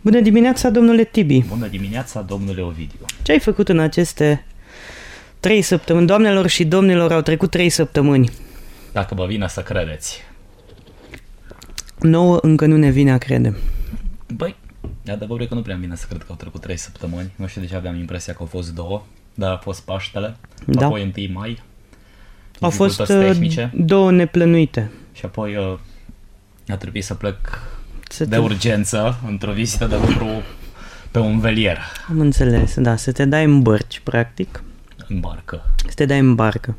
Bună dimineața, domnule Tibi! Bună dimineața, domnule Ovidiu! Ce ai făcut în aceste trei săptămâni? Doamnelor și domnilor, au trecut trei săptămâni. Dacă vă vine să credeți. Nouă încă nu ne vine a crede. Băi, adevărul Păi, e că nu prea vine să cred că au trecut trei săptămâni. Nu știu de ce aveam impresia că au fost două, dar a fost Paștele, Da. apoi 1 mai, Au fost dificultăți uh, tehnice două neplănuite. și apoi uh, a trebuit să plec Se de urgență într-o vizită de lucru pe un velier Am înțeles, da, să te dai în bărci, practic. în barcă. Să te dai în barcă.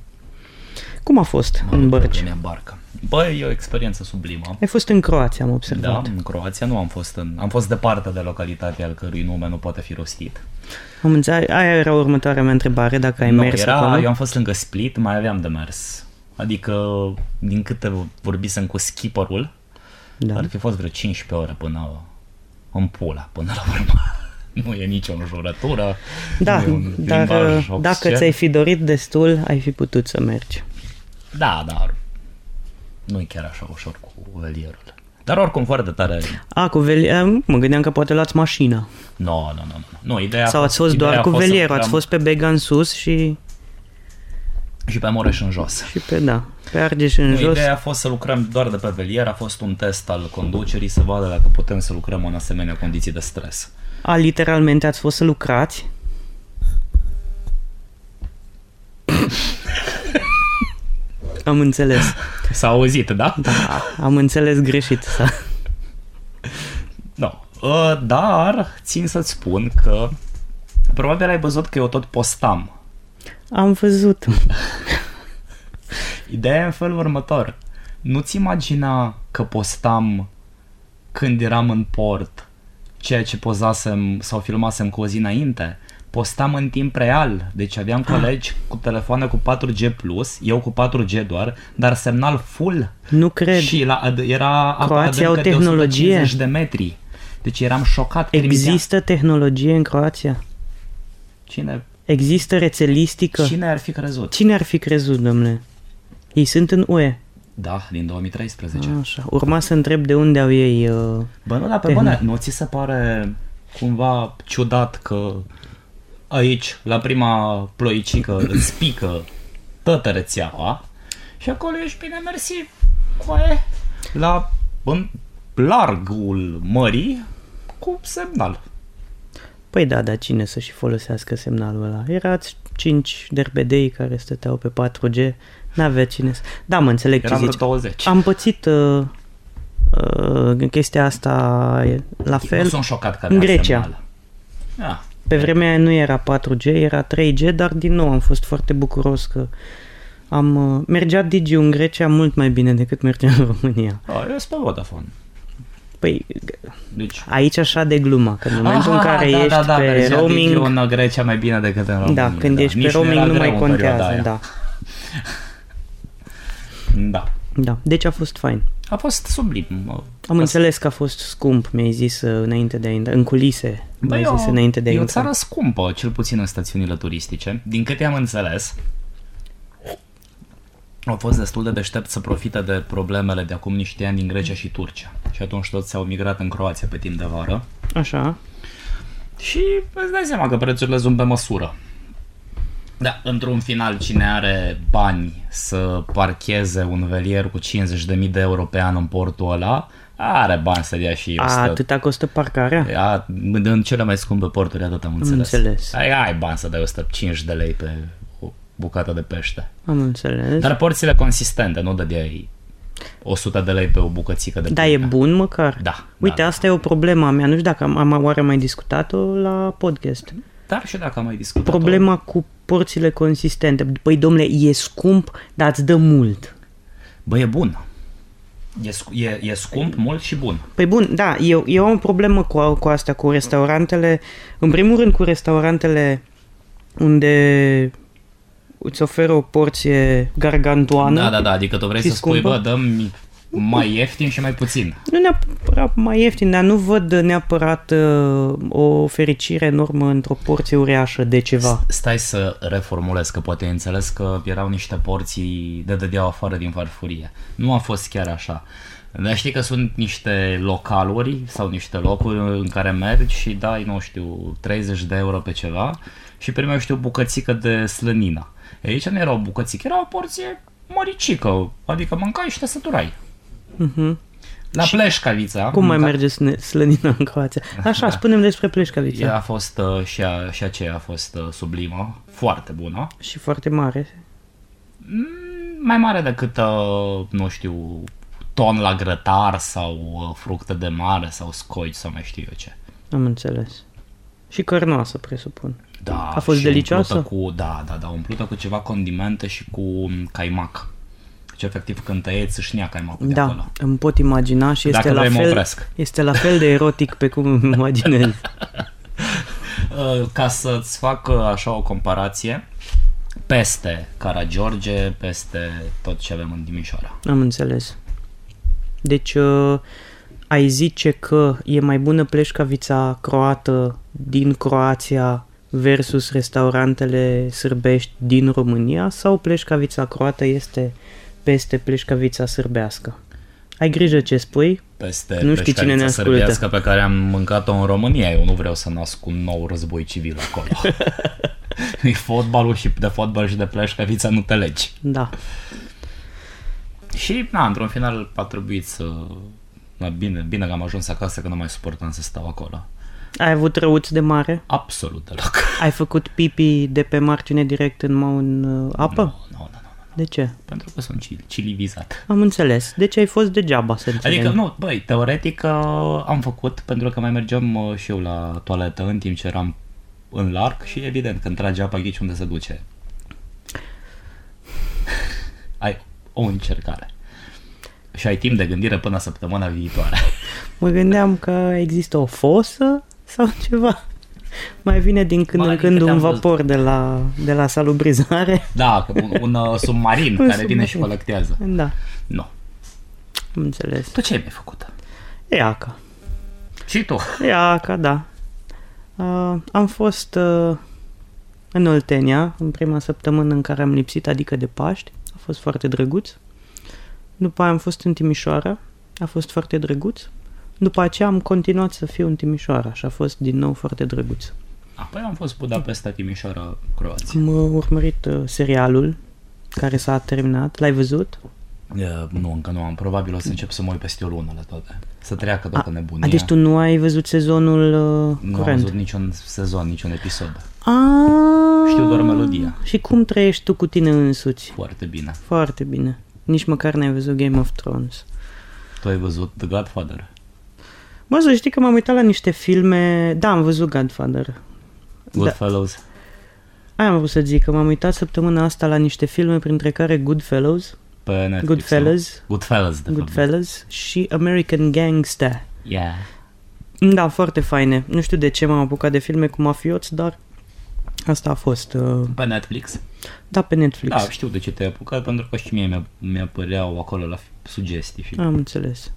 Cum a fost în bărci? În barcă. Băi, e o experiență sublimă. Ai fost în Croația, am Da, observat. în Croația nu am fost în... Am fost departe de localitatea al cărui nume nu poate fi rostit. Am înțeles, aia era următoarea mea întrebare, dacă ai nu, mers era, acolo. eu am fost lângă Split, mai aveam de mers. Adică, din câte vorbisem cu skipperul, Da. ar fi fost vreo 15 ore până în pula, până la urmă. nu e nicio înjurătură. Da, nu e un dar limbaj uh, dacă obscen. ți-ai fi dorit destul, ai fi putut să mergi. Da, dar nu e chiar așa ușor cu velierul. Dar oricum foarte tare. A, cu veli... mă gândeam că poate luați mașina. Nu, nu, nu, nu. Nu, ideea a Sau ați fost ideea doar a cu fost să velierul, ați lucrăm fost pe Bega în sus și, Și pe Mureș în jos. și pe, da, pe Argeș în Nu, jos. Păi, Ideea a fost să lucrăm doar de pe velier, a fost un test al conducerii să vadă dacă putem să lucrăm în asemenea condiții de stres. A, literalmente ați fost să lucrați? Am înțeles. S-a auzit, da? Da. Da, am înțeles greșit. Da. No. Uh, Dar țin să-ți spun că probabil ai văzut că eu tot postam. Am văzut. Ideea e în felul următor. Nu-ți imagina că postam când eram în port ceea ce pozasem sau filmasem cu o zi înainte. Postam în timp real, deci Ah. aveam colegi cu telefoane cu 4G+, eu cu 4G doar, dar semnal full Nu cred. Și la, ad- era apa Croația adâncă au de tehnologie. 150 de metri. Deci eram șocat. Trimitea- Există tehnologie în Croația? Cine, Există rețelistică? cine ar fi crezut? Cine ar fi crezut, domnule? Ei sunt în UE. Da, din 2013. Ah. Așa. Urma să întreb de unde au ei... Uh... Bă, nu, dar pe Tehn- bune, nu ți se pare cumva ciudat că aici, la prima ploicică, îți pică toată rețeaua și acolo ești bine mersi cu aia la în largul mării cu semnal. Păi da, dar cine să și folosească semnalul ăla? Erați cinci derbedei care stăteau pe 4G, n-avea cine să... Da, mă înțeleg Eram ce vreo zici. 20. Am pățit uh, uh, chestia asta e, la Nu fel. sunt șocat că în avea Grecia. semnal. Da. Pe vremea aia nu era 4G, era 3G, dar din nou am fost foarte bucuros că am... Uh, mergea Digi în Grecia mult mai bine decât mergea în România. Ah, A, eu sunt pe Vodafone. Păi, Deci... aici așa de glumă, că în momentul în care da, ești da, da, pe mergea roaming... DigiU în Grecia mai bine decât în România. Da, când ești Nici pe roaming era nu greu mai în perioada contează, aia. da. Da. Da, deci a fost fain. A fost sublim. Am înțeles că a fost scump, mi-ai zis uh, înainte de a intra, în culise, mi-ai zis înainte de a e o intra. țară scumpă, cel puțin în stațiunile turistice. Din câte am înțeles, au fost destul de deștept să profite de problemele de acum niște ani din Grecia și Turcia. Și atunci toți s-au migrat în Croația pe timp de vară. Așa, Și îți dai seama că prețurile sunt pe măsură. Da, într-un final, cine are bani să parcheze un velier cu 50.000 de euro pe an în portul ăla, are bani să dea și a, 100. atâta costă parcarea? A, în cele mai scumpe porturi, atât am înțeles. înțeles. Ai, ai bani să dai 105 de lei pe o bucată de pește. Am înțeles. Dar, Dar porțile consistente, nu dădeai 100 de lei pe o bucățică de da, e pâine. bun măcar? Da, Uite, da, asta e o problemă a mea, nu știu dacă am, am oare mai discutat-o la podcast. Dar și dacă am mai discutat Problema cu porțile consistente. Păi, domnule, e scump, dar îți dă mult. Bă, e bun. E, scu- e, e scump, mult și bun. Păi bun, da, eu, eu am o problemă cu, cu asta, cu restaurantele. În primul rând cu restaurantele unde îți oferă o porție gargantuană. Da, da, da, adică tu vrei Și să spui, scumpă? bă, dăm mai ieftin și mai puțin. Nu neapărat mai ieftin, dar nu văd neapărat uh, o fericire enormă într-o porție uriașă de ceva. Stai să reformulez, că poate ai înțeles că erau niște porții de dădeau afară din farfurie. Nu a fost chiar așa. Dar știi că sunt niște localuri sau niște locuri în care mergi și dai, nu știu, 30 de euro pe ceva și primești o bucățică de slănină. Aici nu era o bucățică, era o porție măricică, adică mâncai și te săturai. Uh-huh. La pleșcavița. da, Cum mai mânca- merge sne- slănina în Croația? Da. Așa, spunem despre pleșcavița. Ea a fost uh, și, a, și aceea a fost uh, sublimă, foarte bună. Și foarte mare. Mm, Mai mare decât, uh, nu știu, ton la grătar sau uh, fructe de mare sau scoici sau mai știu eu ce. Am înțeles. Și cărnoasă, presupun. Da, A fost și delicioasă? umplută Cu, da, da, da, umplută cu ceva condimente și cu mm, caimac. Deci, efectiv, când tăieți, își ia caimacul de da, acolo. îmi pot imagina și este Dacă la vrei, mă fel... opresc. Este la fel de erotic pe cum îmi imaginez. Uh, Ca să-ți fac uh, așa o comparație, peste Caragiorge, peste tot ce avem în Timișoara. Am înțeles. Deci, uh, ai zice că e mai bună pleșcavița croată din Croația versus restaurantele sârbești din România sau pleșcavița croată este peste pleșcavița sârbească? Ai grijă ce spui? Peste Nu știu peșcarița cine ne ascultă. sârbească pe care am mâncat-o în România. Eu nu vreau să nasc un nou război civil acolo. E fotbalul și de fotbal și de pleșcavița nu te legi. Da. Și, na, într-un final a trebuit să... Na, bine, bine că am ajuns acasă, că nu mai suportam să stau acolo. Ai avut răuți de mare? Absolut deloc. Ai făcut pipi de pe margine direct în, ma- în uh, apă? Nu, nu, nu, nu. De ce? Pentru că sunt cili- cilivizat. Am înțeles. Deci ai fost degeaba, să înțeleg. Adică, nu, băi, teoretic uh, am făcut, pentru că mai mergeam uh, și eu la toaletă în timp ce eram în larg și evident când trage apa ghici unde se duce. Ai o încercare. Și ai timp de gândire până săptămâna viitoare. Mă gândeam că există o fosă sau ceva. Mai vine din când Ba, în adică când un te-am văzut. vapor de la, de la salubrizare. Da, că un, un uh, submarin Un care vine și submarin. colectează. Da, Nu. am înțeles. Tu ce ai mai făcut? Iaca. Și tu. Iaca, da. Uh, am fost uh, în Oltenia în prima săptămână în care am lipsit, adică de Paști. A fost foarte drăguț. După aia am fost în Timișoara. A fost foarte drăguț. După aceea am continuat să fiu în Timișoara și a fost din nou foarte drăguț. Apoi am fost Budapesta, Timișoara, Croația. Am uh, urmărit uh, serialul care s-a terminat. L-ai văzut? Uh, nu, încă nu am. Probabil o să încep să mă uit peste o lună la toate. Să treacă toată nebunia. A, deci tu nu ai văzut sezonul uh, nu am curent? văzut niciun sezon, niciun episod. Ah, Știu doar melodia. Și cum trăiești tu cu tine însuți? Foarte bine. Foarte bine. Nici măcar n-ai văzut Game of Thrones. Tu ai văzut The Godfather? Mă, să știi că m-am uitat la niște filme... Da, am văzut Godfather. Da. Goodfellows? Aia am vrut să zic, că m-am uitat săptămâna asta la niște filme, printre care Goodfellows, Pe Netflix, Goodfellas. nu? Goodfellas, de fapt. Goodfellas și American Gangster. Yeah. Da, foarte faine. Nu știu de ce m-am apucat de filme cu mafioți, dar asta a fost. uh, Pe Netflix? Da, pe Netflix. Da, știu de ce te-ai apucat, pentru că și mie mi-a- mi-apăreau acolo la fi- sugestii. Fi. Am înțeles.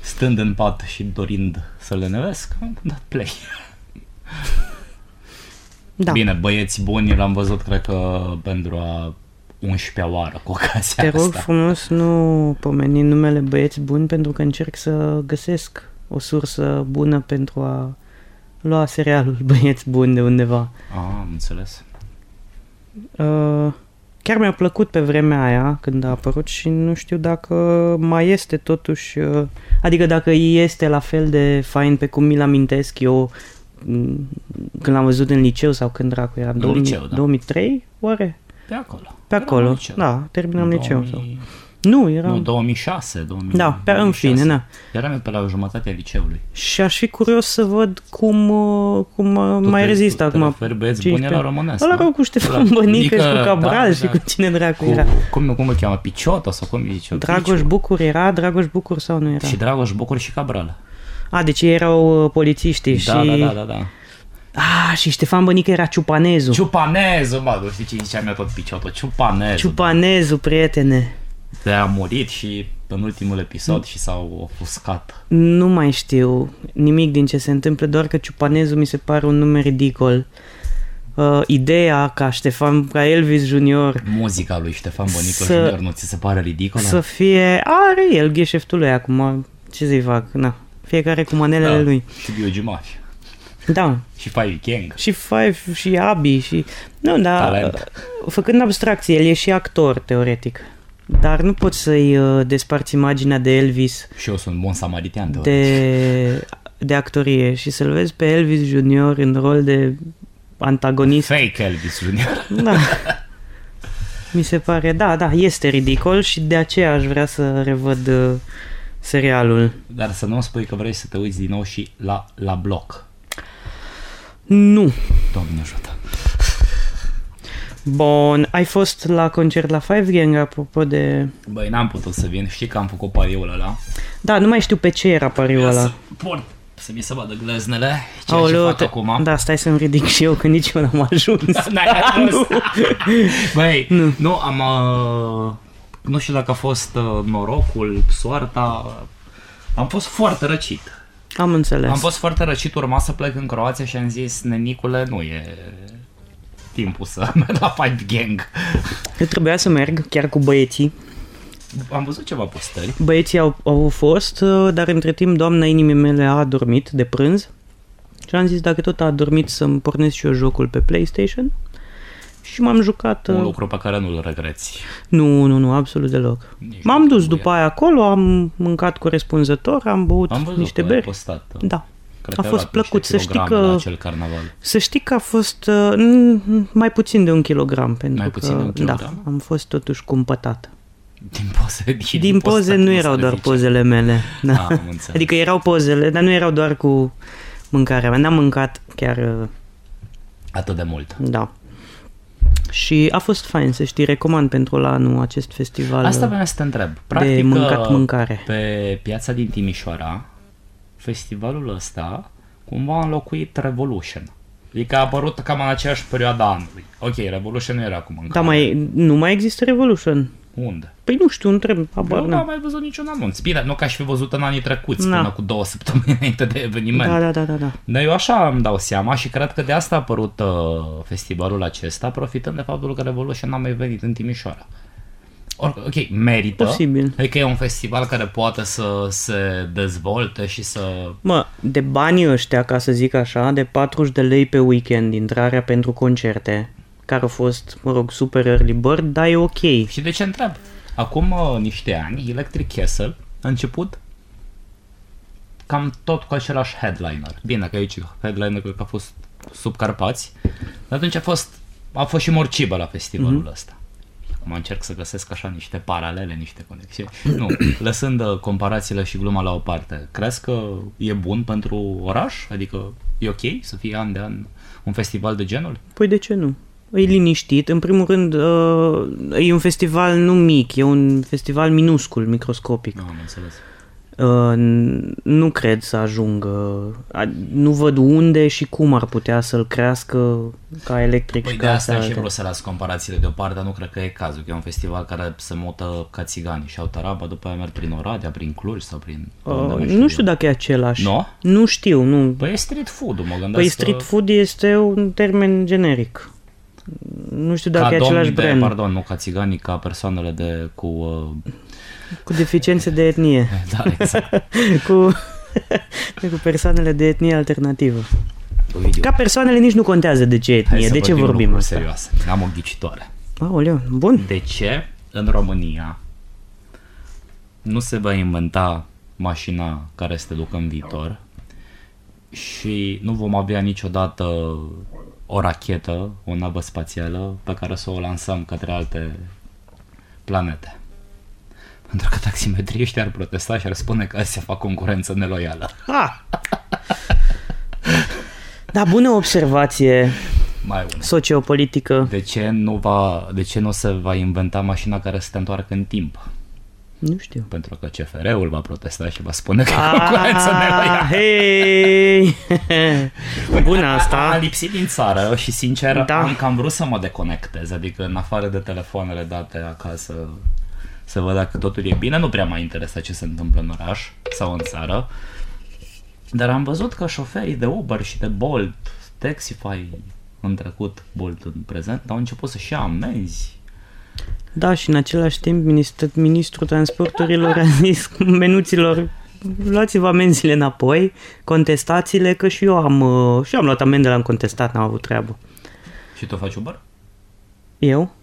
Stând în pat și dorind să le nevesc, am dat play. Da, Bine, băieți buni l-am văzut, cred că pentru a 11-a oară cu ocazia te rog asta. frumos nu pomeni numele băieți buni pentru că încerc să găsesc o sursă bună pentru a lua serialul Băieți Buni de undeva. Ah, am înțeles. Uh, chiar mi-a plăcut pe vremea aia când a apărut și nu știu dacă mai este totuși, uh, adică dacă este la fel de fain pe cum mi-l amintesc eu m, când l-am văzut în liceu sau când dracu era, în liceu, da. 2003, oare? Pe acolo. Pe Eram acolo, în liceu. da, terminam liceu. Sau. 2000... Nu, era... Nu, 2006, 2000, Da, pe- în fine, na. Eram eu pe la jumătatea liceului. Și aș fi curios să văd cum, uh, cum uh, Tu mai te- rezist tu te acum. referi, băieți buni, 15. la românesc, Ăla nu? rău cu Ștefan La- Bănică și Nică, cu Cabral da, și da. cu cine dracu Cu, era. cum, cum îl cheamă? Piciota sau cum îi zice? Dragoș Piciu. Bucur era, Dragoș Bucur sau nu era? Și Dragoș Bucur și Cabral. A, deci ei erau uh, polițiștii și... Da, da, da, da, da. A, și Ștefan Bănică era ciupanezu. Ciupanezu, mă, nu știi ce zicea mea tot Piciotă. Ciupanezu. Ciupanezu, prietene. De a murit și în ultimul episod și s-au ofuscat. Nu mai știu nimic din ce se întâmplă, doar că ciupanezu mi se pare un nume ridicol. uh, ideea ca Ștefan, ca Elvis Junior Muzica lui Ștefan Bănică Să- Junior nu ți se pare ridicolă? să fie, are el gheșeftul lui acum, ce să-i fac, na, fiecare cu manelele da. lui. Și Biogi Mafia. Da, Și Five Gang. și Five și Abi și... Nu, dar Talent. făcând abstracție, el e și actor, teoretic. Dar nu poți să-i uh, desparți imaginea de Elvis Și eu sunt bun samaritian. teoretic. de, de actorie și să-l vezi pe Elvis Junior în rol de antagonist. Fake Elvis Junior. Da. Mi se pare, da, da, este ridicol și de aceea aș vrea să revăd uh, serialul. Dar să nu spui că vrei să te uiți din nou și la, la bloc. Nu. Doamne ajută. Bun, ai fost la concert la Five Gang, apropo de... Băi, n-am putut să vin. Știi că am făcut pariul ăla. Da, nu mai știu pe ce era pariul Să ăla. port, să mi se vadă gleznele. Ceea ce fac te- acum. Da, stai să-mi ridic și eu, că nici eu n-am ajuns. N-ai ajuns. Băi, nu, nu am... Uh, nu știu dacă a fost uh, norocul, soarta... Am fost foarte răcit. Am înțeles. Am fost foarte răcit, urma să plec în Croația și am zis, nenicule, nu e timpul să merg la Five Gang. Eu trebuia să merg chiar cu băieții. Am văzut ceva postări. Băieții au, au fost, uh, dar între timp doamna inimii mele a adormit de prânz și am zis dacă tot a adormit să-mi pornesc și eu jocul pe PlayStation și m-am jucat... uh, Un lucru pe care nu-l regreți. Nu, nu, nu, absolut deloc. Nici M-am nu dus trebuie. după aia acolo, am mâncat corespunzător, am băut Am văzut niște că ai beri. postat. uh, Da. Cred A că fost ai luat niște plăcut să știi kilograme că- La acel carnaval. Să știi că a fost uh, n- mai puțin de un kilogram, pentru Mai că puțin de un da, kilogram? am fost totuși cumpătată. Din poze, din, Din poze postări nu se erau doar zice. pozele mele. Da. Ah, am înțeles. adică erau pozele, dar nu erau doar cu mâncarea mea. N-am mâncat chiar, uh, Atât de mult. da. Și a fost fain, să știi, recomand pentru la anul acest festival. Asta uh, vreau să te întreb. Practic, mâncat uh, mâncare. Pe piața din Timișoara, festivalul ăsta cumva a înlocuit Revolution. Adică a apărut cam în aceeași perioadă a anului. Ok, Revolution nu era cu mâncare. Dar Da, mai, nu mai există Revolution. Unde? Păi nu știu, întreb, habar Eu nu am n-am. mai văzut niciun anunț. Bine, nu că aș fi văzut în anii trecuți, Na. până cu două săptămâni înainte de eveniment. Da, da, da, da, da. Dar eu așa îmi dau seama și cred că de asta a apărut uh, festivalul acesta, profitând de faptul că Revolution n-a mai venit în Timișoara. Or, ok, merită. Posibil. Adică e un festival care poate să se dezvolte și să... Mă, de banii ăștia, ca să zic așa, de 40 de lei pe weekend intrarea pentru concerte, care au fost, mă rog, super early bird, dar e ok. Și de ce întreb? Acum uh, niște ani, Electric Castle a început cam tot cu același headliner. Bine că aici headliner cred că a fost sub Carpați, dar atunci a fost, a fost și Morcibă la festivalul mm-hmm. ăsta. Acum încerc să găsesc așa niște paralele, niște conexiuni. Nu, lăsând uh, comparațiile și gluma la o parte, crezi că e bun pentru oraș? Adică e ok să fie an de an un festival de genul? Păi de ce nu? E liniștit, în primul rând ă, e un festival nu mic, e un festival minuscul, microscopic. Nu Da, am înțeles. Ă, n- nu cred să ajungă, a- nu văd unde și cum ar putea să-l crească ca electric Păi și de ca asta și astea vreau alte. să las comparațiile deoparte, dar nu cred că e cazul, că e un festival care se mută ca țigani și au taraba, după aia merg prin Oradea, prin Cluj sau prin... unde Ă, Nu știu dacă e același. Nu? Nu știu, nu. Păi e street food-ul, mă gândesc Păi street că... food este un termen generic. Nu știu dacă ca e același domnii brand. De, pardon, nu ca țiganii, ca persoanele de cu... Uh, Cu deficiențe de etnie. da, exact. cu, cu persoanele de etnie alternativă. Ovidiu, Ca persoanele nici nu contează de ce hai etnie, să de ce vorbim lucruri asta. serioase. Am o ghicitoare. Aoleu, bun. De ce în România nu se va inventa mașina care să te ducă în viitor și nu vom avea niciodată o rachetă, o navă spațială pe care să o lansăm către alte planete? Pentru că taximetriștii ar protesta și ar spune că se fac concurență neloială. Ha! Da, bună observație Mai una. sociopolitică. De ce, nu va, de ce nu se va inventa mașina care să te întoarcă în timp? Nu știu. Pentru că CFR-ul va protesta și va spune că e concurență neloială. Ah, hei! Bună Am asta. lipsit din țară și sincer Da. da. am cam vrut să mă deconectez, adică în afară de telefoanele date acasă să văd dacă totul e bine, nu prea m-a interesat ce se întâmplă în oraș sau în țară, dar am văzut că șoferii de Uber și de Bolt, Taxify, în trecut, mult în prezent, dar au început să-și ia amenzi. Da, și în același timp ministr- ministrul transporturilor a zis menuților luați-vă amenziile înapoi, contestațiile, că și eu am, uh, și eu am luat amendele, am contestat, n-am avut treabă. Și tu faci Uber? Eu?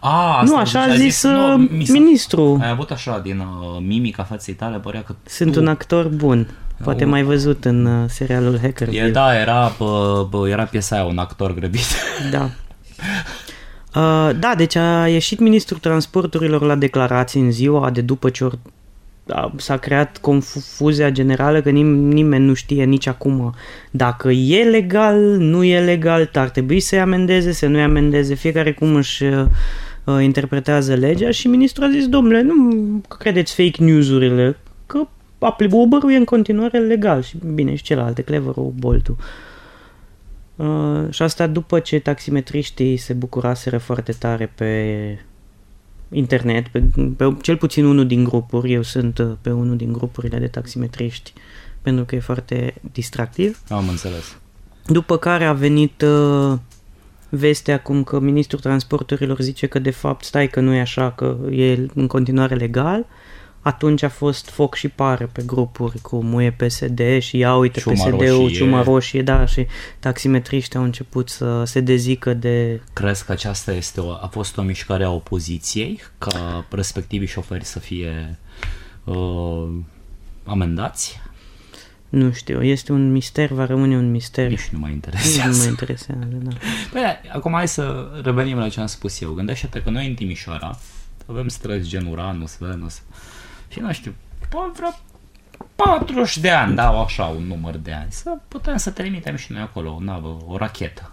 A, nu, așa a zis, uh, ministru. Ai avut așa, din uh, mimica feței tale, părea că Sunt tu... un actor bun. Poate Au. mai văzut în uh, serialul Hacker. E, da, era, bă, bă, era piesa aia, un actor grăbit. Da. Uh, da, deci a ieșit ministrul transporturilor la declarații în ziua de după ce or, a, s-a creat confuzia generală că nim- nimeni nu știe nici acum dacă e legal, nu e legal, ar trebui să-i amendeze, să nu-i amendeze, fiecare cum își uh, interpretează legea și ministrul a zis, domnule, nu credeți fake news-urile, că apl- Uber-ul e în continuare legal și bine și celelalte, Clever-ul, Bolt-ul. Uh, și asta după ce taximetriștii se bucuraseră foarte tare pe internet, pe, pe cel puțin unul din grupuri, eu sunt uh, pe unul din grupurile de taximetriști, pentru că e foarte distractiv. Am înțeles. După care a venit uh, vestea acum că ministrul transporturilor zice că de fapt stai că nu e așa, că e în continuare legal. Atunci a fost foc și pare pe grupuri cu muie PSD și ia uite Ciuma PSD-ul, roșie. ciuma roșie, da, și taximetriștii au început să se dezică de... Crezi că aceasta este o, a fost o mișcare a opoziției ca respectivii șoferi să fie uh, amendați? Nu știu, este un mister, va rămâne un mister. Nici nu mă Nici nu mă interesează. interesează, da. Păi, da, acum hai să revenim la ce am spus eu. Gândește-te că noi în Timișoara avem străzi gen Uranus, Venus și nu știu, pe vreo 40 de ani, da, așa, un număr de ani, să putem să trimitem și noi acolo o navă, o rachetă.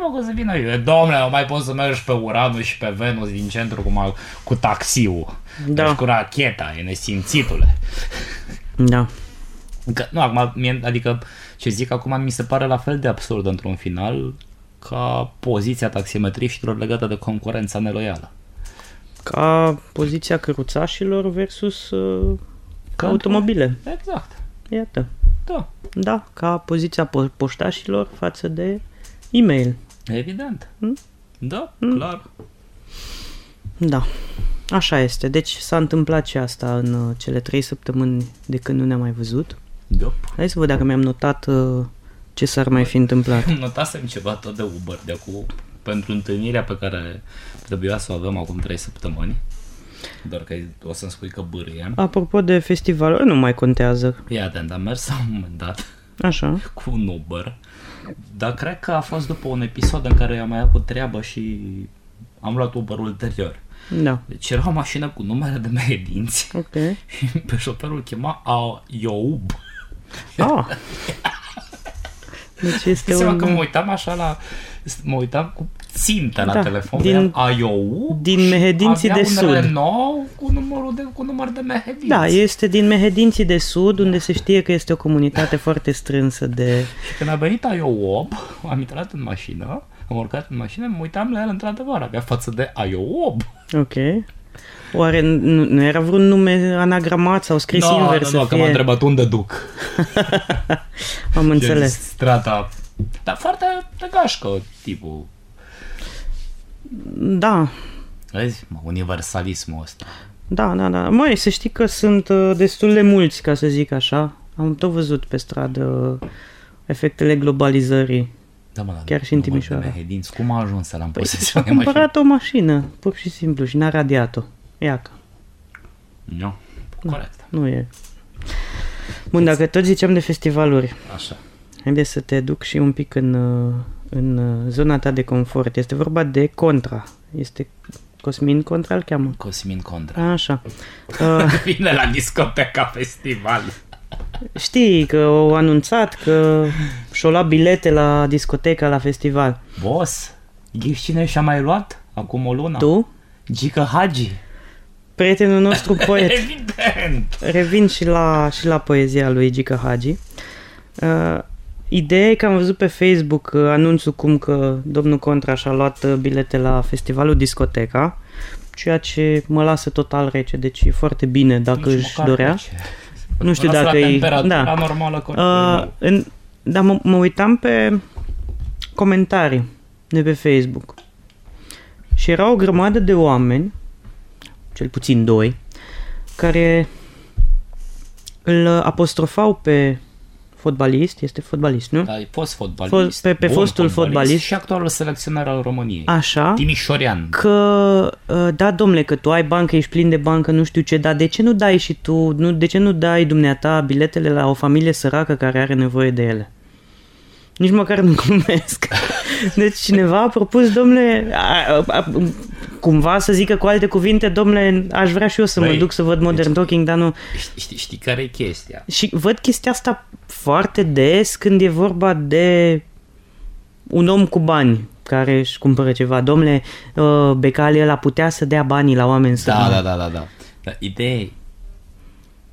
Nu că o să vină eu, domnule, nu mai poți să mergi pe Uranus și pe Venus din centru cu, cu taxiul. Da. Deci cu racheta, e nesimțitule. Da, Că, nu, acum, mie, adică ce zic acum mi se pare la fel de absurd într-un final ca poziția taximetriștilor legată de concurența neloială. ca poziția căruțașilor versus uh, Ca automobile, Exact, iată. da, Da, ca poziția po- poștașilor față de e-mail. evident. Mm. Da, clar. Da, așa este. Deci s-a întâmplat și asta în uh, cele trei săptămâni de când nu ne-am mai văzut. Da. Hai să văd dacă mi-am notat uh, ce s-ar mai fi întâmplat. Notasem ceva tot de Uber de acum pentru întâlnirea pe care trebuia să o avem acum 3 săptămâni. Doar că o să-mi spui că bârâie. Apropo de festival, nu mai contează. Fii atent, am mers la un moment dat Așa. cu un Uber, dar cred că a fost după un episod în care am mai avut treabă și am luat Uber ulterior. Da. Deci era o mașină cu numere de mei dinți Ok. și pe șoferul chema a Ioub. Ah. Deci este Seama că mă un... uitam așa la... Mă uitam cu țintă la Da, telefon, din- din, a Ioub din și mehedinții avea de un sud. Renault cu, numărul de, cu număr de mehedinți. Da, este din Mehedinții de Sud, unde se știe că este o comunitate foarte strânsă de... Și când a venit Aioub, am intrat în mașină, am urcat în mașină, mă uitam la el într-adevăr, avea față de Aioub. Ok. Oare nu, nu era vreun nume anagramat sau scris Nu, invers nu, nu, să Da, că m-a fie? întrebat unde duc. Am Gen, înțeles. Strata. Dar foarte tăgașcă, tipul. Da, Vezi, mă, universalismul ăsta. da, da, da. Măi, să știi că sunt uh, destul de mulți, ca să zic așa. Am tot văzut pe stradă uh, efectele globalizării. Da, mă, dar Chiar și în număr de Timișoara. mehedinți. Cum a ajuns să l-am Păi, pus și-a cumpărat o mașină, pur și simplu, și n-a radiat-o. Iaca, Nu, corect. nu e. Bun, dacă tot ziceam de festivaluri, Așa. Haideți să te duc și un pic în, uh, în uh, zona ta de confort. Este vorba de Contra. Este Cosmin Contra îl cheamă. Cosmin Contra. Așa. Uh, Vine la discoteca festival. știi că au anunțat că și-o lua bilete la discoteca, la festival. Boss, ghiși cine și-a mai luat? Acum o lună. Tu, Gică Hagi. prietenul nostru poet, Evident. revin și la, și la poezia lui Gica Hagi. Uh, ideea e că am văzut pe Facebook uh, anunțul cum că domnul Contra și-a luat uh, bilete la festivalul Discoteca, ceea ce mă lasă total rece, deci e foarte bine dacă Nici își măcar dorea. rece. Nu știu Las dacă la e... temperatura Da. normală corpului Uh, meu. în, dar mă, mă uitam pe comentarii de pe Facebook. Și era o grămadă de oameni, cel puțin doi, care îl apostrofau pe fotbalist, este fotbalist, nu? Da, e fost fotbalist. Fo- pe- pe bun fostul fotbalist. Și actualul selecționer al României. Așa. Timișorean. că uh, da, domnule, că tu ai bancă, ești plin de bancă, nu știu ce, dar de ce nu dai și tu, nu, de ce nu dai dumneata biletele la o familie săracă care are nevoie de ele? Nici măcar nu glumesc. Deci cineva a propus, domnule, a, a, a, cumva să zică cu alte cuvinte, domnule, aș vrea și eu să mă Băi, duc să văd Modern Talking, dar nu... Știi, știi care e chestia? Și văd chestia asta foarte des când e vorba de un om cu bani care își cumpără ceva. Domnule, uh, becalii ăla putea să dea banii la oameni să... Da, da, da, da, da. Dar ideea e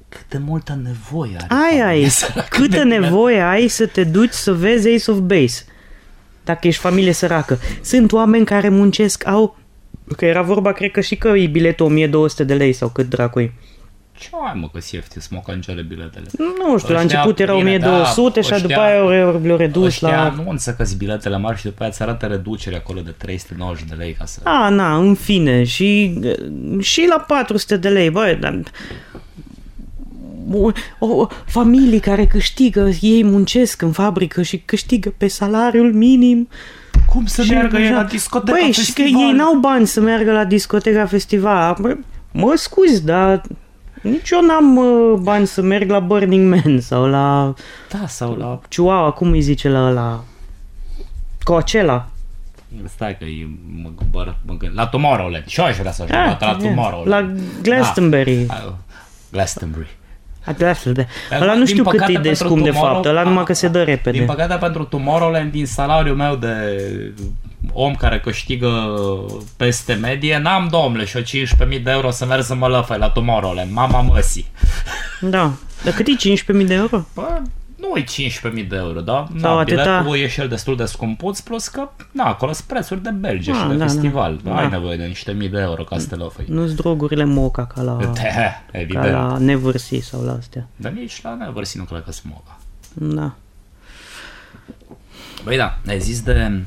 cât de multă nevoie are Ai, familia ai, săracă de câtă tine. nevoie ai să te duci să vezi Ace of Base dacă ești familie săracă. Sunt oameni care muncesc, au... Că era vorba, cred că și că e biletul 1200 de lei sau cât dracu e. Ce mai mă că siefti smocancele biletele? Nu știu, la Ăștia, început era bine, 1200 da, și ăștia- după aia le-au le-au redus Ăștia la... anunță că biletele mari și după aia îți arată reducere acolo de 390 de lei ca să... A, na, în fine, și, și la 400 de lei, băi, dar... O, o familii care câștigă, ei muncesc în fabrică și câștigă pe salariul minim. Cum să și meargă ei așa. la discoteca Băi, și că festival? ei n-au bani să meargă la discoteca festival. Bă, Mă scuz, dar nici eu n-am uh, bani să merg la Burning Man sau la Da, sau la... Chihuahua, cum îi zice la la Coachella. Stai că e, mă, gâmbăr, mă gând... La Tomorrowland. Și eu aș vrea să ajung Ah, la, Da, la bine. Tomorrowland. La Glastonbury. Da. Au, Glastonbury. Atlasul de... Dar, Ăla nu din știu cât păcate, e de pentru scump de Tomorrow- da, Ah, fapt, ăla numai că se dă repede. Din păcate pentru Tomorrowland, din salariul meu de om care câștigă peste medie, n-am domnule și eu 15.000 de euro să merg să mă lăfăi la Tomorrowland, mama măsii. Da. Dar cât e 15.000 de euro? Bă, nu e 15.000 de euro, da? Sau Na, atâta. biletul e și el destul de scumpuț, plus că, na, acolo sunt prețuri de Belgia Ah, și de da, da. festival. Da. Ai nevoie de niște mii de euro ca să te lăfăi. Nu-s drogurile moca ca la, Te, Ah. ca evident. la Neversea sau la astea. Dar nici la Neversi nu cred că se moga. Da. Băi, da, ai zis de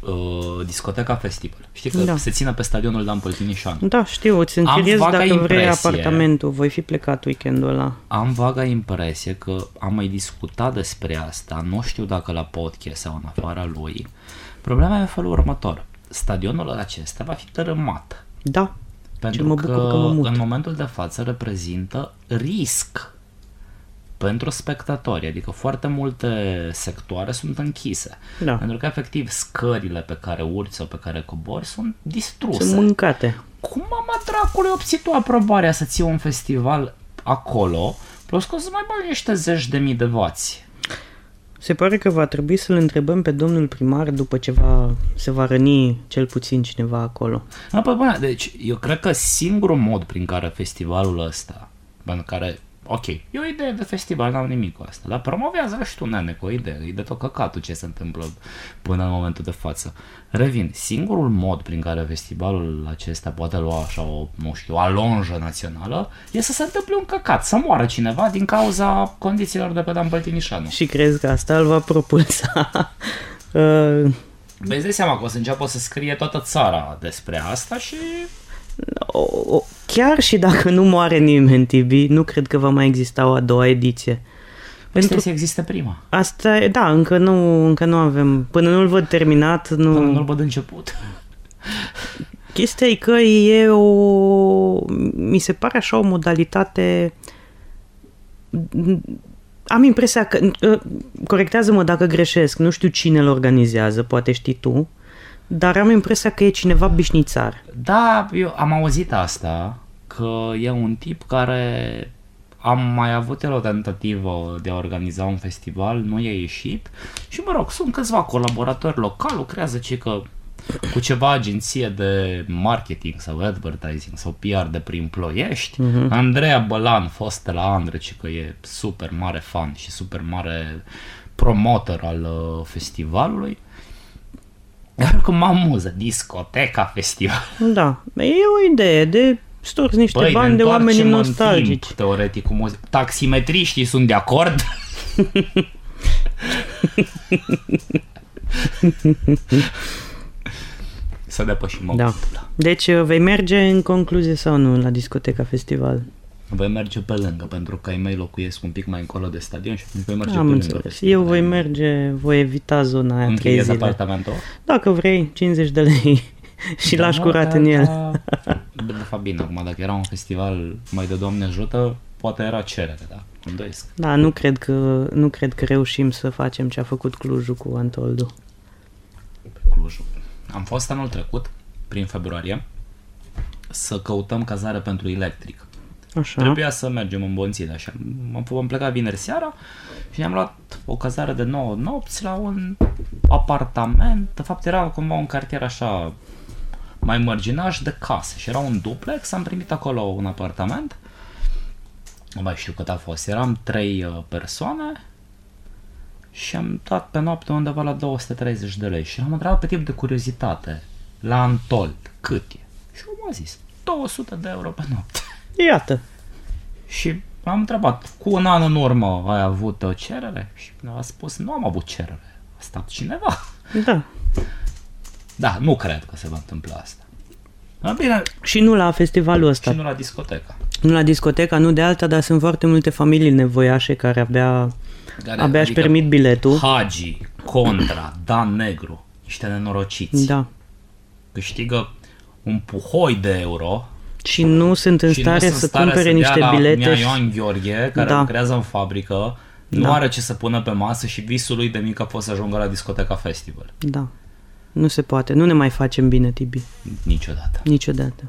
uh, discoteca festival. Știi că Da. se ține pe stadionul Dan Păltinișan. Da, știu, îți Am închiriez vaga dacă vrei impresie. apartamentul. Voi fi plecat weekendul ăla. Am vaga impresie că am mai discutat despre asta, nu știu dacă la podcast sau în afara lui. Problema e în felul următor. Stadionul acesta va fi tărâmat. Da. Pentru mă că, bucur că mă mut. în momentul de față reprezintă risc pentru spectatori, adică foarte multe sectoare sunt închise. Da. Pentru că efectiv scările pe care urci sau pe care cobori sunt distruse. Sunt mâncate. Cum mama dracului obții tu aprobarea să ții un festival acolo, plus că o să mai bagi niște zeci de mii de vați. Se pare că va trebui să-l întrebăm pe domnul primar după ce va, se va răni cel puțin cineva acolo. Da, pe bune, deci eu cred că singurul mod prin care festivalul ăsta, în care, ok, e o idee de festival, n-am nimic cu asta, dar promovează și tu, nene, cu o idee, e de tot căcatul ce se întâmplă până în momentul de față. Revin, singurul mod prin care festivalul acesta poate lua așa o, nu știu, alonjă națională, e să se întâmple un căcat, să moară cineva din cauza condițiilor de pe Dan Băltinișanu. Și crezi că asta îl va propulsa? Uh, Băi, îți dai seama că o să înceapă să scrie toată țara despre asta și... o, o, chiar și dacă nu moare nimeni, Tibi, nu cred că va mai exista o a doua ediție. Pentru... Pentru să existe prima. asta, e- da, încă nu, încă nu avem, până nu-l văd terminat, nu... Până nu-l văd început. Chestia e că e o... Mi se pare așa o modalitate... Am impresia că... ă, Corectează-mă dacă greșesc, nu știu cine îl organizează, poate știi tu, dar am impresia că e cineva bișnițar. Da, eu am auzit asta, că e un tip care am mai avut el o tentativă de a organiza un festival, nu i-a ieșit și mă rog, sunt câțiva colaboratori locali, lucrează ci că cu ceva agenție de marketing sau advertising sau PR de prin ploiești. Uh-huh. Andreea Bălan, fost de la Andre, ci că e super mare fan și super mare promotor al uh, festivalului. Iar cum mă amuză, discoteca festival. Da, e o idee de storți niște Păi, bani ne de oameni întoarcem în nostalgici. Timp, teoretic, cu muzică. Taximetriștii sunt de acord? să depășim 8. Da. Deci uh, vei merge în concluzie sau nu la discoteca festival? Voi merge pe lângă, pentru că ai mei locuiesc un pic mai încolo de stadion și atunci voi merge Am pe lângă. înțeles. Eu voi merge, voi evita zona aia 3 Închiriezi zile. apartamentul? Dacă vrei, 50 de lei și lași Da, curat da, în el. da. De fapt, bine, acum dacă era un festival mai de Doamne ajută, poate era cerere, da? Îndoiesc. Da, nu cred, că, nu cred că reușim să facem ce a făcut Clujul cu Antoldu. Pe Clujul. Am fost anul trecut, prin februarie, să căutăm cazare pentru electric. Așa. Trebuia să mergem în Bonțile, așa. Am, am plecat vineri seara și ne-am luat o cazare de 9 nopți la un apartament. De fapt, era cumva un cartier așa mai marginaș de case și era un duplex, am primit acolo un apartament. Nu mai știu cât a fost, eram trei uh, persoane și am dat pe noapte undeva la 230 de lei și l-am întrebat pe tip de curiozitate la Antold cât e și omul a zis 200 de euro pe noapte. Iată. Și am întrebat, cu un an în urmă ai avut o cerere? Și a spus, nu am avut cerere, a stat cineva. Da. Da, nu cred că se va întâmpla asta. Dar bine, Și nu la festivalul și ăsta. nu la discoteca. Nu la discoteca, nu de alta, dar sunt foarte multe familii nevoiașe care abia, Care, adică abia își permit biletul. Hagi, Contra, Dan Negru, niște nenorociți. Da. Da. Câștigă un puhoi de euro Și nu sunt în și stare nu sunt să în stare cumpere să dea niște la Nea bilete. și- Ioan Gheorghe, care Da. lucrează în fabrică, nu Da. are ce să pună pe masă și visul lui de mic a fost să ajungă la discoteca festival. Da. Nu se poate. Nu ne mai facem bine, Tibi. Niciodată. Niciodată.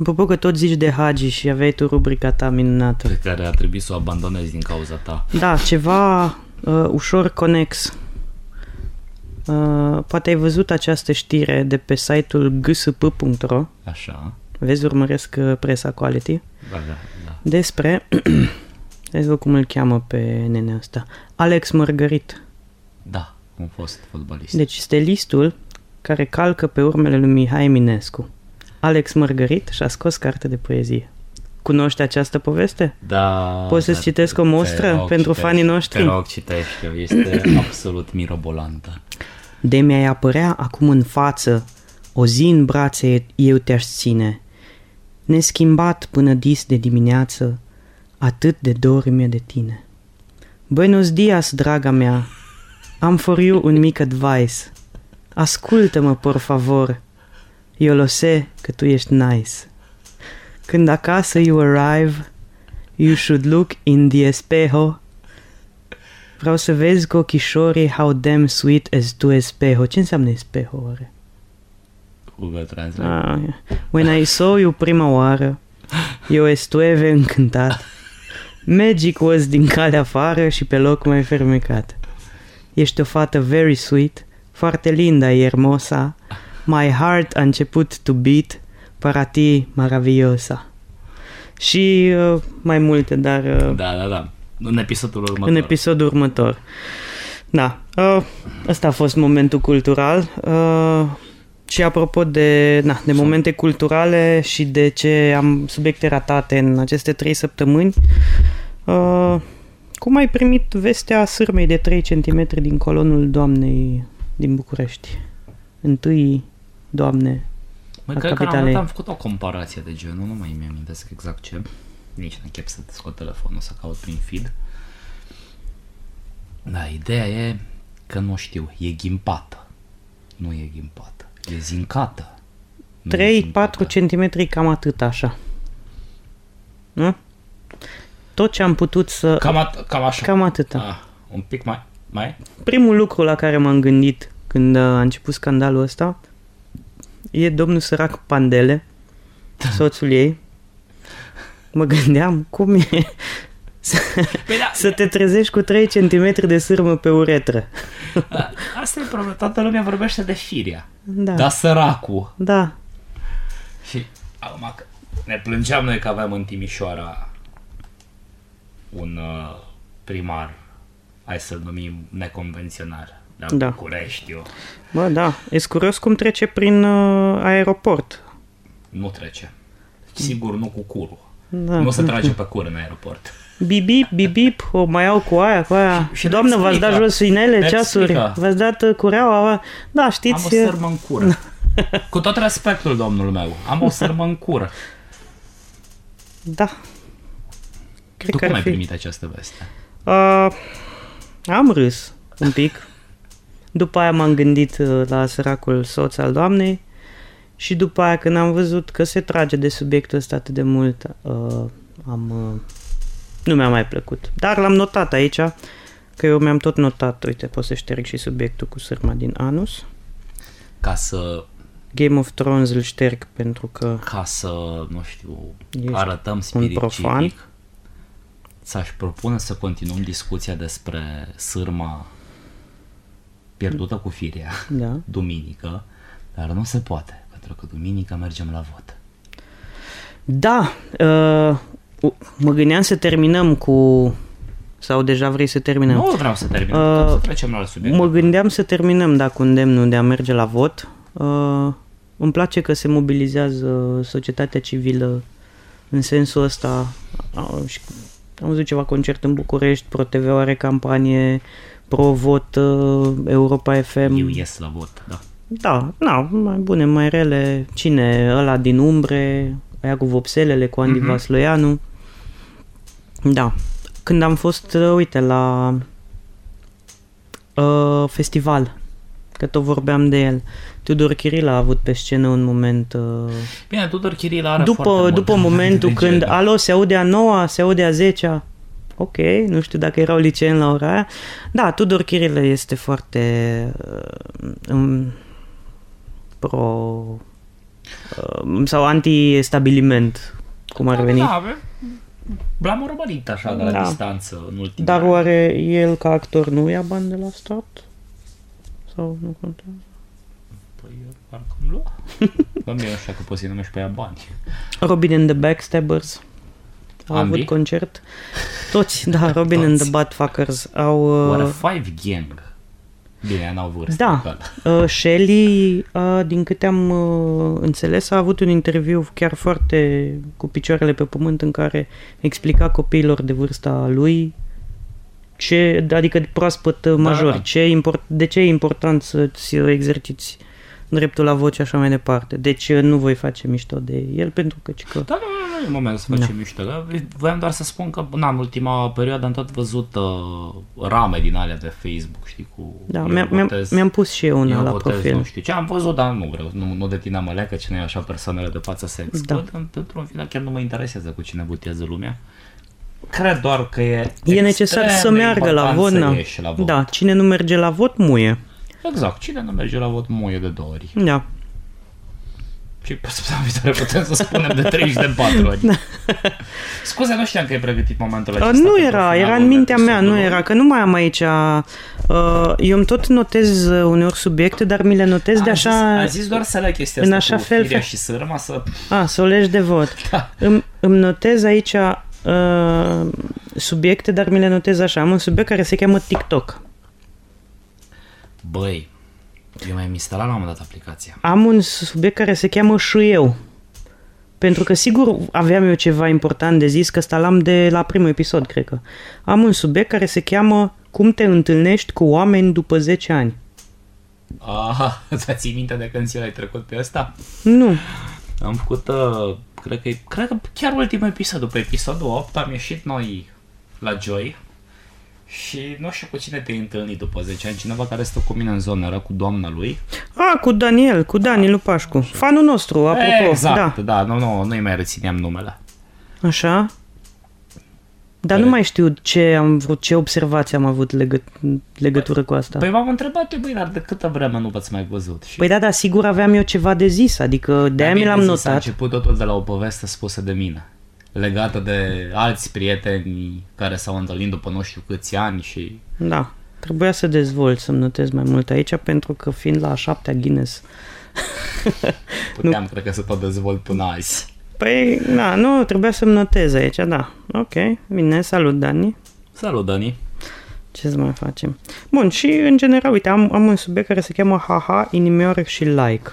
Apropo că tot zici de Hagi și aveai tu rubrica ta minunată. pe care a trebuit să o abandonezi din cauza ta. Da, ceva uh, ușor conex. Uh, poate ai văzut această știre de pe site-ul gsp.ro Așa. Vezi, urmăresc uh, presa quality Da, da, da. Despre Hai să văd cum îl cheamă pe nenea asta Alex Mărgărit Da, am fost fotbalist. De- Deci este listul care calcă pe urmele lui Mihai Minescu Alex Mărgărit și-a scos carte de poezie Cunoști această poveste? da. Poți să-ți da, citesc o te mostră rog, pentru citește, fanii noștri? Te rog, citește Este absolut mirobolantă. De mi-ai apărea acum în față, o zi în brațe eu te-aș ține. Neschimbat până dis de dimineață, atât de dor mi de tine. Buenos dias, draga mea, am for you un mic advice. Ascultă-mă, por favor, eu lo sé că tu ești nice. Când acasă you arrive, you should look in the espejo Vreau să vezi cu ochișorii how damn sweet as tu espejo. Ce înseamnă espejo oare? Google Translate. Ah. Ah, when I saw you prima oară, eu estueve încântat. Magic was din cale afară și pe loc mai fermecat. Ești o fată very sweet, foarte linda e hermosa. My heart a început to beat, para ti maravillosa. Și uh, mai multe, dar... Uh, Da, da, da. În episodul următor. în episodul următor. Da, uh, ăsta a fost momentul cultural. Uh, și apropo de, na, de momente culturale și de ce am subiecte ratate în aceste trei săptămâni, uh, cum ai primit vestea sârmei de 3 cm din colonul doamnei din București? Întâi, doamne, Măi, a cred că la un capitalei. moment dat am făcut o comparație de genul, nu mai mi-amintesc exact ce. Nici n-am chef să scot telefonul, să caut prin feed. Da, ideea e că nu știu, e ghimpată. Nu e ghimpată. E zincată. Nu e 3-4 zincată. cm cam atât așa. Nu? Tot ce am putut să... Cam, at- cam așa. Cam atâta. Ah, un pic mai... Mai? primul lucru la care m-am gândit când uh, a început scandalul ăsta e domnul sărac Pandele, Da. soțul ei. Mă gândeam cum e să, Păi da, să te trezești cu 3 cm de sârmă pe uretră. a- asta e problema. Toată lumea vorbește de firia. Da. Dar săracul. Da. Și acum că ne plângeam noi că aveam în Timișoara un uh, primar, hai să-l numim neconvențional, la Da. da. București, eu, Bă, da. Ești curios cum trece prin uh, aeroport. nu trece. Sigur nu cu curul. Da. Nu se trage pe cur în aeroport. Bip, bip, bip, bip, o mai iau cu aia, cu aia. și ne Doamnă, v-ați explică. dat jos inele, Ne ceasuri, explică. v-ați dat uh, cureaua. Da, Am o știți, sârmă în cură. Cu tot respectul, domnul meu, am o sârmă în cur. Da. Cred Tu că ar cum ai fi. primit această veste? Uh, am râs un pic. După aia m-am gândit uh, la săracul soț al doamnei și după aia când am văzut că se trage de subiectul ăsta atât de mult, uh, am, uh, nu mi-a mai plăcut. Dar l-am notat aici, că eu mi-am tot notat, uite, pot să șterg și subiectul cu sârma din anus. Ca să, Game of Thrones îl șterg pentru că ca să nu știu, Ești arătăm spirit profan. civic, ți-aș propune să continuăm discuția despre sârma pierdută cu firea, Da. duminică, dar nu se poate, pentru că duminică mergem la vot. Da, uh, u- mă gândeam să terminăm cu... Sau deja vrei să terminăm? Nu vreau să terminăm, Uh, putem să trecem la alt subiect. Mă gândeam să terminăm dacă îndemnul de a merge la vot. Uh, îmi place că se mobilizează societatea civilă în sensul ăsta. Au, și- Am văzut ceva concert în București, ProTV are campanie, Pro-Vot, uh, Europa FM. Eu ies la vot, da. Da, na, mai bune, mai rele. Cine? Ăla din umbre, aia cu vopselele, cu Andy mm-hmm. Vasloianu. Da. Când am fost, uh, uite, la uh, festival, că tot vorbeam de el, Tudor Chiril a avut pe scenă un moment... Uh, Bine, Tudor Chiril are foarte după mult Deci, după de momentul genul. când, alo, se aude a noua, se aude a zecea, ok, nu știu dacă erau liceeni la ora aia. Da, Tudor Chirilă este foarte uh, um, pro uh, sau anti-stabiliment, cum ar Da, veni. Da, avem... L-am urmărit așa de la Da. distanță în ultimul Dar oare el ca actor nu ia bani de la stat? Sau nu contează? Păi eu parcă îmi lua. Bă, eu așa că poți să-i numești pe ea bani. Robin and the Backstabbers au Andy? avut concert. Toți, da, Robin and the Badfuckers au... Oare uh, Five Gang? Bine, n-au vârstă. Da. că ăla. Uh, Shelley, uh, din câte am uh, înțeles, a avut un interviu chiar foarte cu picioarele pe pământ în care explica copiilor de vârsta lui ce, adică de proaspăt uh, major, da. Ce import, de ce e important să-ți uh, exerciți dreptul la voce și așa mai departe. Deci uh, nu voi face mișto de el pentru că... ci că Da, nu, nu, nu, e moment să facem mișto. Da? Voiam doar să spun că, na, în ultima perioadă am tot văzut uh, rame din alea de Facebook, știi, cu... da, eu mi-am, mi-am, votez- mi-am pus și eu una eu la votez, profil. Nu știu ce, am văzut, dar nu vreau, nu, nu de tine am alea, că cine e așa persoanele de față se exclud. Da. Într-un final chiar nu mă interesează cu cine votează lumea. Cred doar că e E necesar să extrem de meargă la important vot, să na. ieși la vot. Da, cine nu merge la vot, muie. Exact, cine nu merge la vot muie de două ori. Da. Și pe săptămâna viitoare putem să spunem de 34 ori. Scuze, nu știam că ai pregătit momentul Uh, acesta. nu pentru era, finalul era în mintea mea, nu episodului. era, că nu mai am aici... Uh, eu îmi tot notez uh, uneori subiecte, dar mi le notez de Am așa... Zis, a zis doar să la chestia în asta așa cu fel- firea fel- și sârma să... A, să o legi de vot. Da. Îmi, îmi notez aici uh, subiecte, dar mi le notez așa. Am un subiect care se cheamă TikTok. Băi, eu mi-am instalat la un moment dat aplicația. Am un subiect care se cheamă și eu. Pentru că sigur aveam eu ceva important de zis, că ăsta l-am de la primul episod, cred că. Am un subiect care se cheamă Cum te întâlnești cu oameni după 10 ani. Aha, îți ții minte de când ți l-ai trecut pe ăsta? Nu, Am făcut, uh, cred că, cred că chiar ultimul episod, după episodul 8 am ieșit noi la Joy și nu știu cu cine te-ai întâlnit după 10 ani, cineva care stă cu mine în zonă, era cu doamna lui. A, cu Daniel, cu Dani Lupașcu. Fanul nostru, apropo. exact, Da. da, nu, nu, nu-i mai rețineam numele. Așa. Dar nu Care- mai știu ce am vrut, ce observații am avut legă- legătură cu asta. Păi v-am întrebat, eu, băi, dar de câtă vreme nu v-ați mai văzut? Și Da. Păi da, da, sigur aveam eu ceva de zis, adică de-aia mi Da, bine l-am zis, A notat. început totul de la o poveste spusă de mine, legată de alți prieteni care s-au întâlnit după nu știu câți ani și Da, trebuia să dezvolt, să-mi notez mai mult aici, pentru că fiind la a șaptea Guinness... puteam, cred că, să tot dezvolt până azi. Păi, da, nu, trebuia să-mi notez aici, da. Ok, bine, salut, Dani. Salut, Dani! Ce să mai facem? Bun, și în general, uite, am, am un subiect care se cheamă Haha, inimioare și like.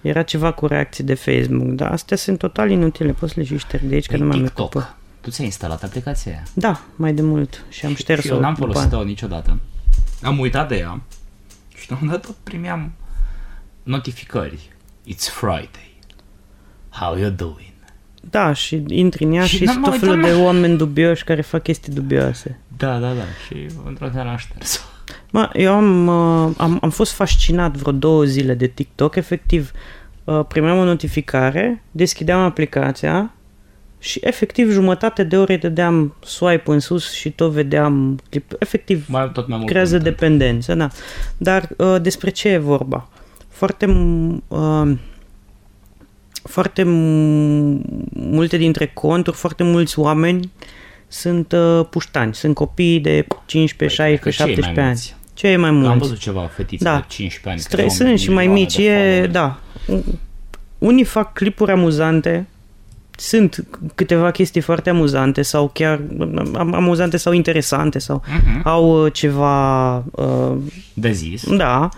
Era ceva cu reacții de Facebook, dar astea sunt total inutile, poți să le și șterg de aici, că nu mai am ocupă. TikTok. Tu ți-ai instalat aplicația aia? Da, mai de mult și am Și șters-o. eu n-am după aia. folosit-o niciodată. Am uitat de ea și la un moment dat tot primeam notificări. It's Friday. How you doing? Da, și intri în ea Și și, n-am sunt tot mai felul de uitat la- oameni dubioși care fac chestii dubioase. Da, da, da. Și într-o seară am șters Mă, eu am, uh, am, am fost fascinat vreo două zile de TikTok, efectiv uh, primeam o notificare, deschideam aplicația și efectiv jumătate de ore dădeam swipe în sus și tot vedeam clip. Efectiv Mai am tot mai mult. creează content. dependență, da. Dar uh, despre ce e vorba? Foarte, m- uh, foarte m- multe dintre conturi, foarte mulți oameni sunt uh, puștani, sunt copii de 15, Păi, cred că 16, cei mai 17 ani. mulți. Ce e mai Am mulți? văzut ceva fetițe Da. de 15 ani. care Stre- au sunt și mai milioane mici, de e, followeri. da. Unii fac clipuri amuzante, sunt câteva chestii foarte amuzante sau chiar am- amuzante sau interesante sau Mhm. au uh, ceva uh, De zis. da.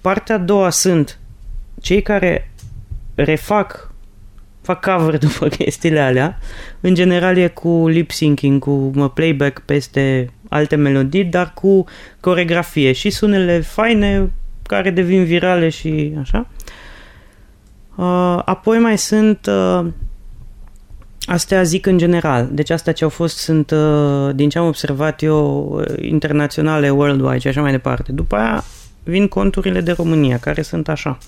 Partea a doua sunt cei care refac, fac cover după chestiile alea. În general e cu lip syncing, cu mă, playback peste alte melodii, dar cu coregrafie și sunele faine care devin virale și așa. Uh, Apoi mai sunt uh, Astea zic în general. Deci astea ce au fost sunt, uh, din ce am observat eu, uh, internaționale, worldwide și așa mai departe. După aia vin conturile de România, care sunt așa.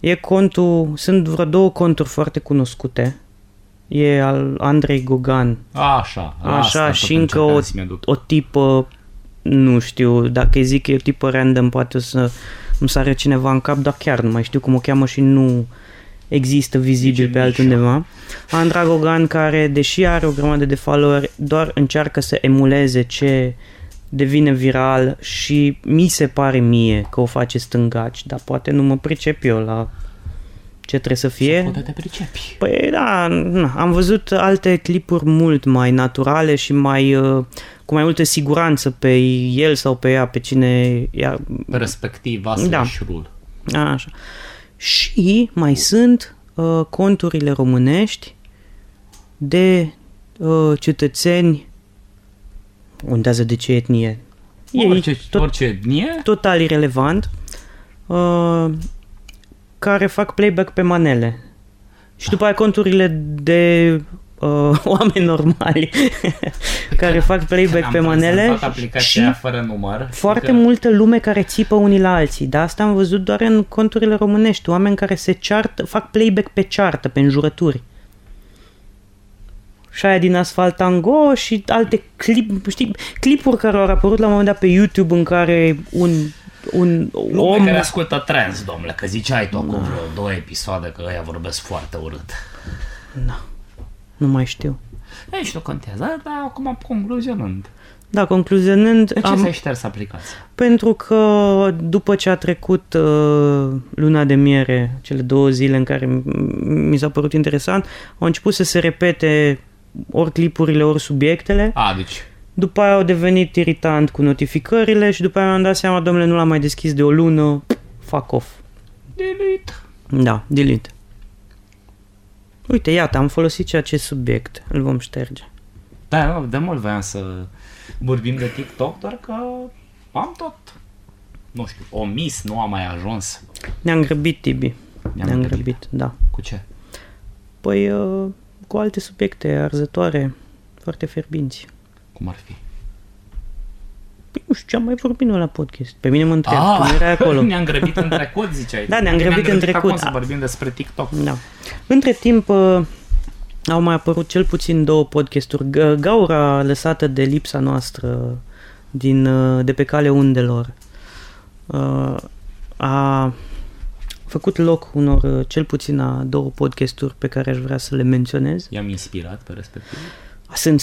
E contul, sunt vreo două conturi foarte cunoscute. E al Andrei Gogan, Așa. la asta Așa, da, tot și încă încercam să mi-aduc. o tipă, nu știu, dacă îi zic eu tipă random, poate o să îmi sară cineva în cap, dar chiar nu mai știu cum o cheamă și nu există vizibil Zice pe Mișa. altundeva. Andra Gogan, care, deși are o grămadă de follower, doar încearcă să emuleze ce devine viral și mi se pare mie că o face stângaci, dar poate nu mă pricep eu la ce trebuie să fie. Poate te pricepi. Păi da, na, am văzut alte clipuri mult mai naturale și mai uh, cu mai multă siguranță pe el sau pe ea, pe cine ea, Perspectiva Da. slash rule. a, așa. Și mai sunt uh, conturile românești de uh, cetățeni undează de ce etnie. Ei, Orice, tot orice etnie. total irelevant, uh, care fac playback pe manele. Și după aia conturile de uh, oameni normali care fac playback Am pe manele prezentat aplicația și fără număr. Adică foarte că multă lume care țipă unii la alții. Dar asta am văzut doar în conturile românești, oameni care se ceartă, fac playback pe ceartă, pe înjurături. Și aia din asfalt tango și alte clip, știi, clipuri care au apărut la un moment dat pe YouTube în care un, un Lumea om care ascultă trans, domnule, că ziceai tu Da. acum vreo două episoade că ăia vorbesc foarte urât. Nu mai știu. Ei, și nu contează, dar acum concluzionând. Da, concluzionând, De ce Am... am, s-ai șters aplicația? pentru că după ce a trecut uh, luna de miere, cele două zile în care m- mi s-a părut interesant, au început să se repete ori clipurile, ori subiectele. A, deci După aia au devenit irritant cu notificările și după aia mi-am dat seama, domnule, nu l-am mai deschis de o lună, fuck off. delete. Da, delete. Uite, iată, am folosit ceea ce subiect. Îl vom șterge. Da, nu, de mult voiam să vorbim de TikTok, doar că am tot, nu știu, omis, nu am mai ajuns. Ne-am grăbit, Tibi. Ne-am Ne-am, Ne-am grăbit. grăbit, da. Cu ce? Păi uh, cu alte subiecte arzătoare, foarte fierbinți. Cum ar fi? Păi nu știu ce am mai vorbit noi la podcast. Pe mine mă întreb, ah. tu erai acolo. ne-am grăbit în trecut, Adică ziceai. Da, ne-am grăbit în Acum trecut. să vorbim despre TikTok. da. Între timp uh, au mai apărut cel puțin două podcasturi. G- Gaura lăsată de lipsa noastră din, uh, de pe cale undelor uh, a făcut loc unor uh, cel puțin a două podcasturi pe care aș vrea să le menționez. I-am inspirat pe respectiv. Sunt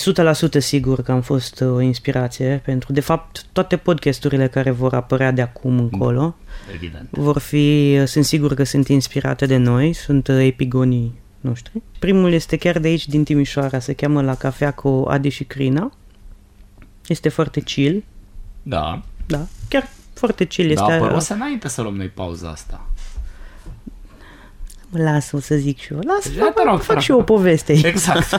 100% sigur că am fost uh, o inspirație pentru, de fapt, toate podcasturile care vor apărea de acum încolo Evident. vor fi, uh, sunt sigur că sunt inspirate de noi, sunt uh, epigonii noștri. Primul este chiar de aici, din Timișoara, se cheamă La Cafea cu Adi și Crina. Este foarte chill, Da. da, chiar foarte chill. Este Este da, păi o să înainte să luăm noi pauza asta. Lasă, o să zic și eu. Lasă, Ia, fac, te rog, fac frate. și eu o poveste. Exact.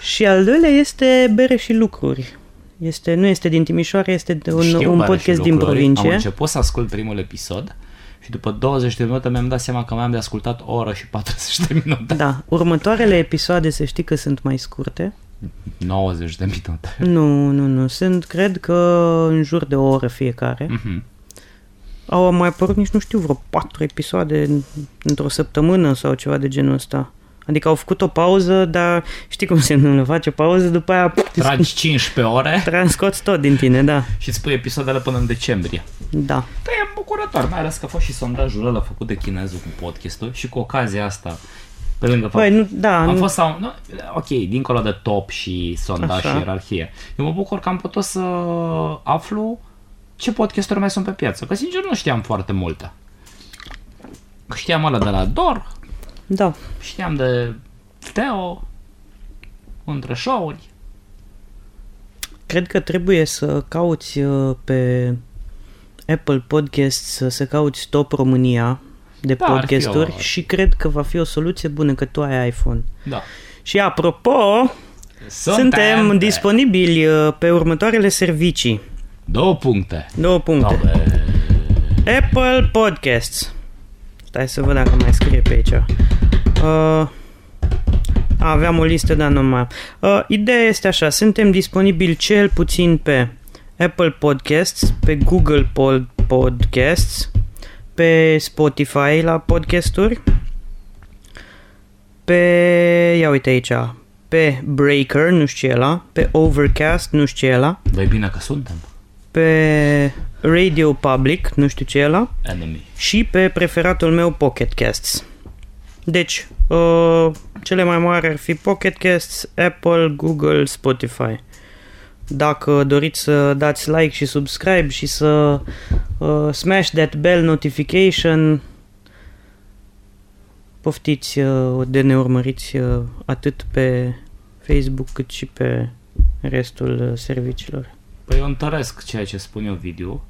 Și al doilea este Bere și Lucruri. Este, nu este din Timișoara, este de un, Știu un Bare și podcast din lucruri. Am provincie. început să ascult primul episod Și după 20 de minute mi-am dat seama că mai am de ascultat o oră și 40 de minute. Da, următoarele episoade să știi că sunt mai scurte. 90 de minute. Nu, nu, nu, sunt, cred că în jur de o oră fiecare. Mhm. Au mai apărut nici, nu știu, vreo patru episoade în- într-o săptămână sau ceva de genul ăsta. Adică au făcut o pauză, dar știi cum se întâmplă, face pauză, după aia pf, Tragi 15 ore transcoți tot din tine, da. și îți pui episoadele până în decembrie. Da. Da, e bucurător, mai ales că a fost și sondajul ăla făcut de chinezul cu podcastul și cu ocazia asta, pe lângă Băi, faptul nu, da, am nu, fost sau, nu, ok, dincolo de top și sondaj Așa. și ierarhie. Eu mă bucur că am putut să aflu ce podcasturi mai sunt pe piață, că sincer nu știam foarte multe. Știam ăla de la Dor, da. știam de Teo, între show-uri. Cred că trebuie să cauți uh, pe Apple Podcasts să, să cauți Top România de Da, ar fi podcasturi o- și cred că va fi o soluție bună că tu ai iPhone. Da. Și apropo, suntem, pe suntem disponibili uh, pe următoarele servicii. Două puncte. Două puncte. Da, bă. Apple Podcasts. Stai să văd dacă mai scrie pe aici. Uh, aveam o listă, dar nu mai. Uh, ideea este așa, suntem disponibili cel puțin pe Apple Podcasts, pe Google Pod Podcasts, pe Spotify la podcasturi, pe, ia uite aici, pe Breaker, nu știu ce e la, pe Overcast, nu știu ce e la, Dar e bine că suntem. pe Radio Public, nu știu ce e la, Enemy. și pe preferatul meu Pocket Casts. Deci, uh, cele mai mari ar fi Pocket Casts, Apple, Google, Spotify. Dacă doriți să dați like și subscribe și să uh, smash that bell notification, poftiți uh, de ne urmăriți uh, atât pe Facebook cât și pe restul uh, serviciilor. Păi eu întăresc ceea ce spun eu video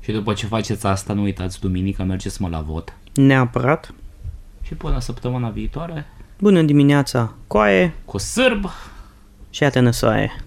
și după ce faceți asta, nu uitați, duminică mergeți mă la vot. Neapărat. Și până săptămâna viitoare, Bună dimineața, coaie cu sârb! și atâta năsoaie!